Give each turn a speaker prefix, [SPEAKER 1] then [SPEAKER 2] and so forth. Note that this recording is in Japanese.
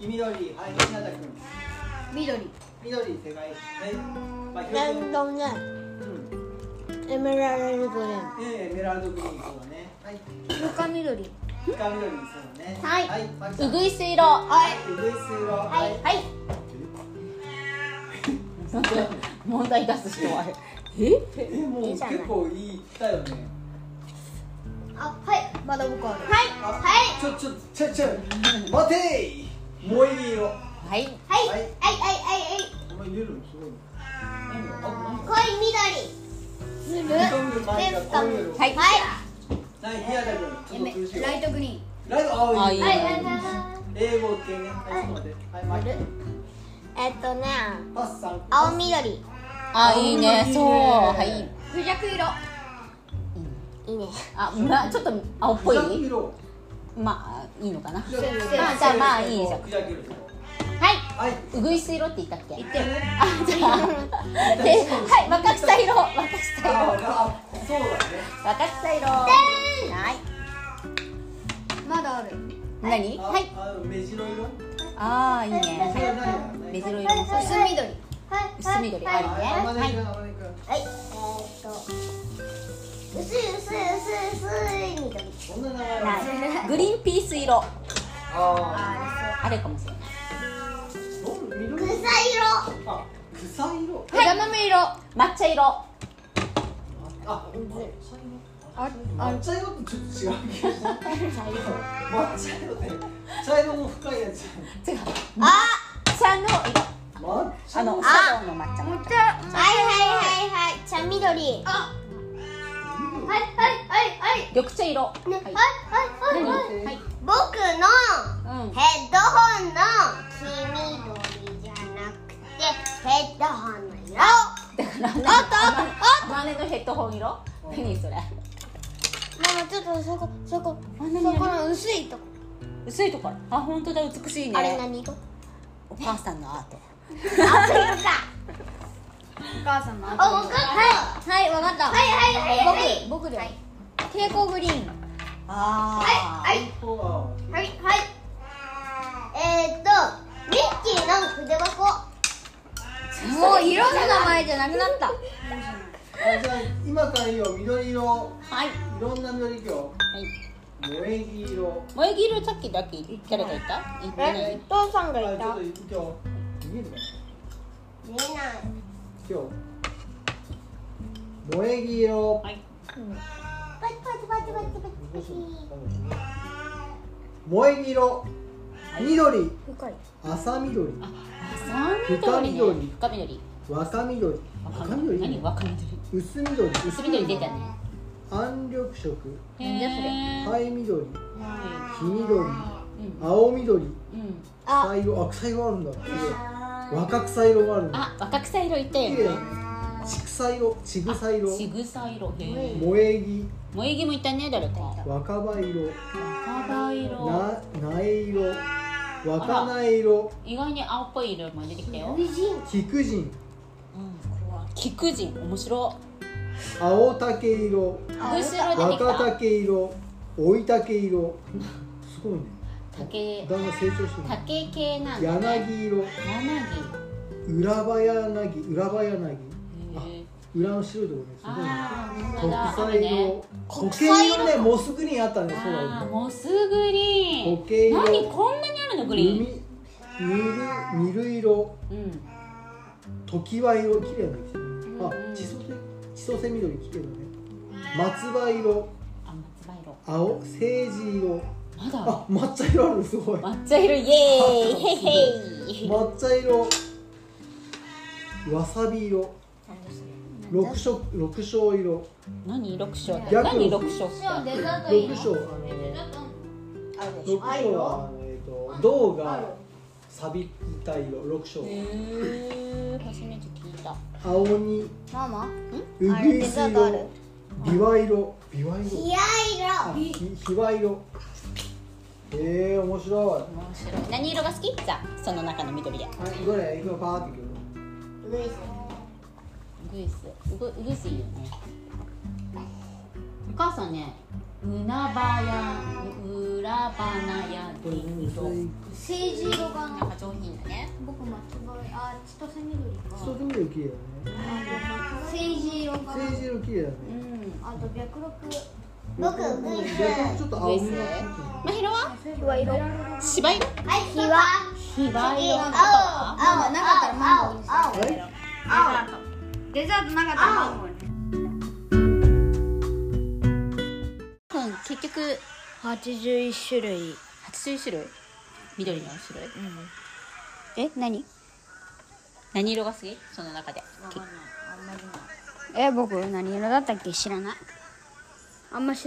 [SPEAKER 1] 緑はい日向君
[SPEAKER 2] 緑
[SPEAKER 1] 緑正解ねまあ
[SPEAKER 3] ラ
[SPEAKER 1] 広
[SPEAKER 3] ン
[SPEAKER 1] く
[SPEAKER 3] ドムね
[SPEAKER 1] うん
[SPEAKER 3] エメラルドグリーン
[SPEAKER 1] ええエメラルドグリーンそうだねはい
[SPEAKER 2] 色か緑
[SPEAKER 1] 深緑そうだね
[SPEAKER 4] はい
[SPEAKER 1] はいマキさん
[SPEAKER 4] うぐいす色は
[SPEAKER 1] うぐいす色はい
[SPEAKER 4] はい問題出す人はえ
[SPEAKER 1] えもう結構いい来たよね
[SPEAKER 2] あはいまだ僕ある
[SPEAKER 4] はい
[SPEAKER 1] あ
[SPEAKER 4] は
[SPEAKER 1] ちょちょちょちょ待ていもういいよ
[SPEAKER 4] いはい
[SPEAKER 1] は
[SPEAKER 4] は
[SPEAKER 1] い
[SPEAKER 4] いはいはいはい
[SPEAKER 1] お前入れるのすごいね何があ
[SPEAKER 4] 濃い緑ブル
[SPEAKER 1] 何が緑前がこういうの
[SPEAKER 4] はい
[SPEAKER 1] はい日向君ちょっと通じよう
[SPEAKER 2] ライトグリーン
[SPEAKER 1] ライト青
[SPEAKER 4] あ
[SPEAKER 1] い
[SPEAKER 4] いい
[SPEAKER 1] はい
[SPEAKER 4] ね
[SPEAKER 1] 英語系ねはいちょっと待ってはいマキ君
[SPEAKER 3] えっとね
[SPEAKER 1] パスさん
[SPEAKER 3] 青緑
[SPEAKER 4] あいいねそうはい
[SPEAKER 2] クジャク色
[SPEAKER 3] いいね
[SPEAKER 4] あ村ちょっと青っぽい
[SPEAKER 1] い
[SPEAKER 4] まあいいのかな
[SPEAKER 1] じゃ
[SPEAKER 4] まあじゃあまあいいじゃん
[SPEAKER 1] クジャク色
[SPEAKER 4] はい
[SPEAKER 1] はいう
[SPEAKER 4] ぐいす色って言ったっけ
[SPEAKER 2] 言ってよ
[SPEAKER 4] あじゃあではい若草色若
[SPEAKER 1] あ
[SPEAKER 4] 草色
[SPEAKER 1] あそうだね
[SPEAKER 4] 若草色はい
[SPEAKER 2] まだある
[SPEAKER 4] 何
[SPEAKER 1] あ
[SPEAKER 4] はい
[SPEAKER 1] あの目白色
[SPEAKER 4] ああいいね
[SPEAKER 1] それは
[SPEAKER 4] は
[SPEAKER 1] 何や
[SPEAKER 4] い目白色もそう
[SPEAKER 2] 薄緑
[SPEAKER 4] 薄緑あるね
[SPEAKER 1] はい山根君山
[SPEAKER 4] はい
[SPEAKER 1] 根君
[SPEAKER 3] はいえっと薄い薄い薄い薄い緑
[SPEAKER 1] そんな名前は
[SPEAKER 4] グリーンピース色
[SPEAKER 1] あ
[SPEAKER 4] あれかもしれない
[SPEAKER 1] ーどん緑
[SPEAKER 3] 草色
[SPEAKER 1] あ草色
[SPEAKER 2] 枝豆色
[SPEAKER 4] 抹茶色
[SPEAKER 1] あ
[SPEAKER 2] あ
[SPEAKER 1] 抹茶色ってちょっと違う気がした抹茶色って茶色も深いやつ
[SPEAKER 4] 違う抹茶の色
[SPEAKER 1] 抹茶
[SPEAKER 4] あ
[SPEAKER 1] 色
[SPEAKER 4] の茶道の抹茶
[SPEAKER 2] 抹茶
[SPEAKER 3] はいはいはいはい茶緑
[SPEAKER 2] あはいはいはいはい
[SPEAKER 4] 緑茶色は
[SPEAKER 3] ね
[SPEAKER 4] い
[SPEAKER 3] はいはいはい
[SPEAKER 1] 何
[SPEAKER 4] はい
[SPEAKER 3] 僕の
[SPEAKER 4] うん
[SPEAKER 3] ヘッドホンの黄緑じゃなくてヘッドホンの色
[SPEAKER 4] だからねマネのヘッドホン色何それ
[SPEAKER 3] ママちょっとそこそこ
[SPEAKER 4] あ何
[SPEAKER 3] そこの薄いとこ
[SPEAKER 4] 薄いところあ本当だ美しいね
[SPEAKER 3] あれ何色
[SPEAKER 4] お母さんのアート
[SPEAKER 3] あそれか
[SPEAKER 2] お母さんの
[SPEAKER 3] あ、分かった
[SPEAKER 2] はいわかった
[SPEAKER 3] はいはいはいはい
[SPEAKER 2] 僕僕だよ蛍光グリーン
[SPEAKER 4] ああ
[SPEAKER 3] はい
[SPEAKER 1] は
[SPEAKER 3] はいはいえー、っとミッキーの筆箱
[SPEAKER 2] もう色の名前じゃなくなった
[SPEAKER 1] あじゃあ今からいいよ緑色
[SPEAKER 4] はい
[SPEAKER 1] いろんな緑今
[SPEAKER 4] はい
[SPEAKER 1] 日萌え黄色
[SPEAKER 4] 萌え色さっきだけ誰がいた言ってない
[SPEAKER 3] 父さんが
[SPEAKER 1] あちょっと今日見えるかな
[SPEAKER 3] 見えない
[SPEAKER 1] 今日萌え黄色
[SPEAKER 4] はい
[SPEAKER 3] パチパチパチパチパチパチ
[SPEAKER 1] 萌え黄色緑
[SPEAKER 3] 深い
[SPEAKER 1] 浅緑
[SPEAKER 4] あ三緑ね深緑
[SPEAKER 1] 若緑
[SPEAKER 4] 若
[SPEAKER 1] 赤
[SPEAKER 4] 緑何
[SPEAKER 1] 緑
[SPEAKER 4] 若緑
[SPEAKER 1] 薄緑
[SPEAKER 4] 薄緑出たね
[SPEAKER 1] 暗緑色
[SPEAKER 4] なんじゃそれ
[SPEAKER 1] 灰緑
[SPEAKER 4] は
[SPEAKER 1] 黄緑
[SPEAKER 4] いうん
[SPEAKER 1] 青緑
[SPEAKER 4] うん
[SPEAKER 3] あ
[SPEAKER 1] 草色あ草色あるんだすごい若草色があるんだ
[SPEAKER 4] あ若草色いたよ
[SPEAKER 1] 綺麗だね
[SPEAKER 4] ね
[SPEAKER 1] ちくさ色ちぐさ色
[SPEAKER 4] ちぐさ色へえ
[SPEAKER 1] 萌え木
[SPEAKER 4] 萌え木もいたね誰か
[SPEAKER 1] 若葉色
[SPEAKER 4] 赤葉色
[SPEAKER 1] な苗色若苗色
[SPEAKER 4] 意外に青っぽい色も出てきたよ
[SPEAKER 3] 美人
[SPEAKER 1] 菊人
[SPEAKER 4] 菊人面白
[SPEAKER 1] 青竹色
[SPEAKER 4] い青色出てき
[SPEAKER 1] 若
[SPEAKER 4] た
[SPEAKER 1] 竹色老い竹色すごいね
[SPEAKER 4] 竹
[SPEAKER 1] だんだん成長してる
[SPEAKER 4] 竹系なんだね
[SPEAKER 1] 柳色裏葉柳裏葉柳
[SPEAKER 4] 柳へえ
[SPEAKER 1] 裏の白いところですごいね
[SPEAKER 4] ああ
[SPEAKER 1] 国
[SPEAKER 4] あ
[SPEAKER 1] 際
[SPEAKER 4] るね
[SPEAKER 1] 色国際色ねモスグリーンあったねそうだ
[SPEAKER 4] あー
[SPEAKER 1] ね
[SPEAKER 4] モスグリーン
[SPEAKER 1] 固形色
[SPEAKER 4] 何こんなにあるのグリーン
[SPEAKER 1] みみるみる色
[SPEAKER 4] うん
[SPEAKER 1] 時は色綺麗な色
[SPEAKER 4] ん
[SPEAKER 1] あ千歳千歳緑綺麗だね松葉色
[SPEAKER 4] あ松葉色
[SPEAKER 1] 青青磁色
[SPEAKER 4] まだあ
[SPEAKER 1] あ抹茶色あるすごい
[SPEAKER 4] る抹茶色イエーイへいへい
[SPEAKER 1] 抹茶色わさび色六色六章色
[SPEAKER 4] 何六章って
[SPEAKER 1] 逆
[SPEAKER 4] 何六章って
[SPEAKER 2] デザートいい
[SPEAKER 1] 六
[SPEAKER 2] の
[SPEAKER 1] 章あの六章はあのえっと銅が錆びた色六章
[SPEAKER 4] へえ初めて聞いた
[SPEAKER 1] 青にう
[SPEAKER 2] ママ
[SPEAKER 1] ぐ
[SPEAKER 2] あれ
[SPEAKER 1] い
[SPEAKER 2] デ
[SPEAKER 1] す
[SPEAKER 2] ザートある
[SPEAKER 1] 色ビワ色ビワ色
[SPEAKER 3] いや色
[SPEAKER 1] あひひわ色へえ面白
[SPEAKER 4] 面白い何色が好きじゃあその中の緑で
[SPEAKER 1] いはいどれいくよパーっていくよ
[SPEAKER 3] ルイス
[SPEAKER 4] ウグイスウグウグイスいいよねお母さんね海場や裏花や
[SPEAKER 1] これ
[SPEAKER 4] 人形
[SPEAKER 2] 政治色が
[SPEAKER 4] なんか上品だね
[SPEAKER 2] 僕巻き声あ千歳緑か
[SPEAKER 1] ストール綺麗だね
[SPEAKER 2] 政治色が
[SPEAKER 1] 政治色綺麗だね
[SPEAKER 4] うん
[SPEAKER 2] あと白録
[SPEAKER 3] 僕グイス
[SPEAKER 1] ちょっと青みが
[SPEAKER 4] まひろは
[SPEAKER 2] は色あ
[SPEAKER 4] 芝居の
[SPEAKER 3] はい火は
[SPEAKER 4] 芝居
[SPEAKER 3] oh,
[SPEAKER 4] のことは
[SPEAKER 2] なかったらマンゴーに
[SPEAKER 3] 青
[SPEAKER 1] え
[SPEAKER 2] デザートなかったらマンゴーに
[SPEAKER 4] うん結局
[SPEAKER 2] 81種類
[SPEAKER 4] 80種類緑の種類
[SPEAKER 2] え何
[SPEAKER 4] 何色が好きその中で
[SPEAKER 2] え僕何色だったっけ知らないあんま知らない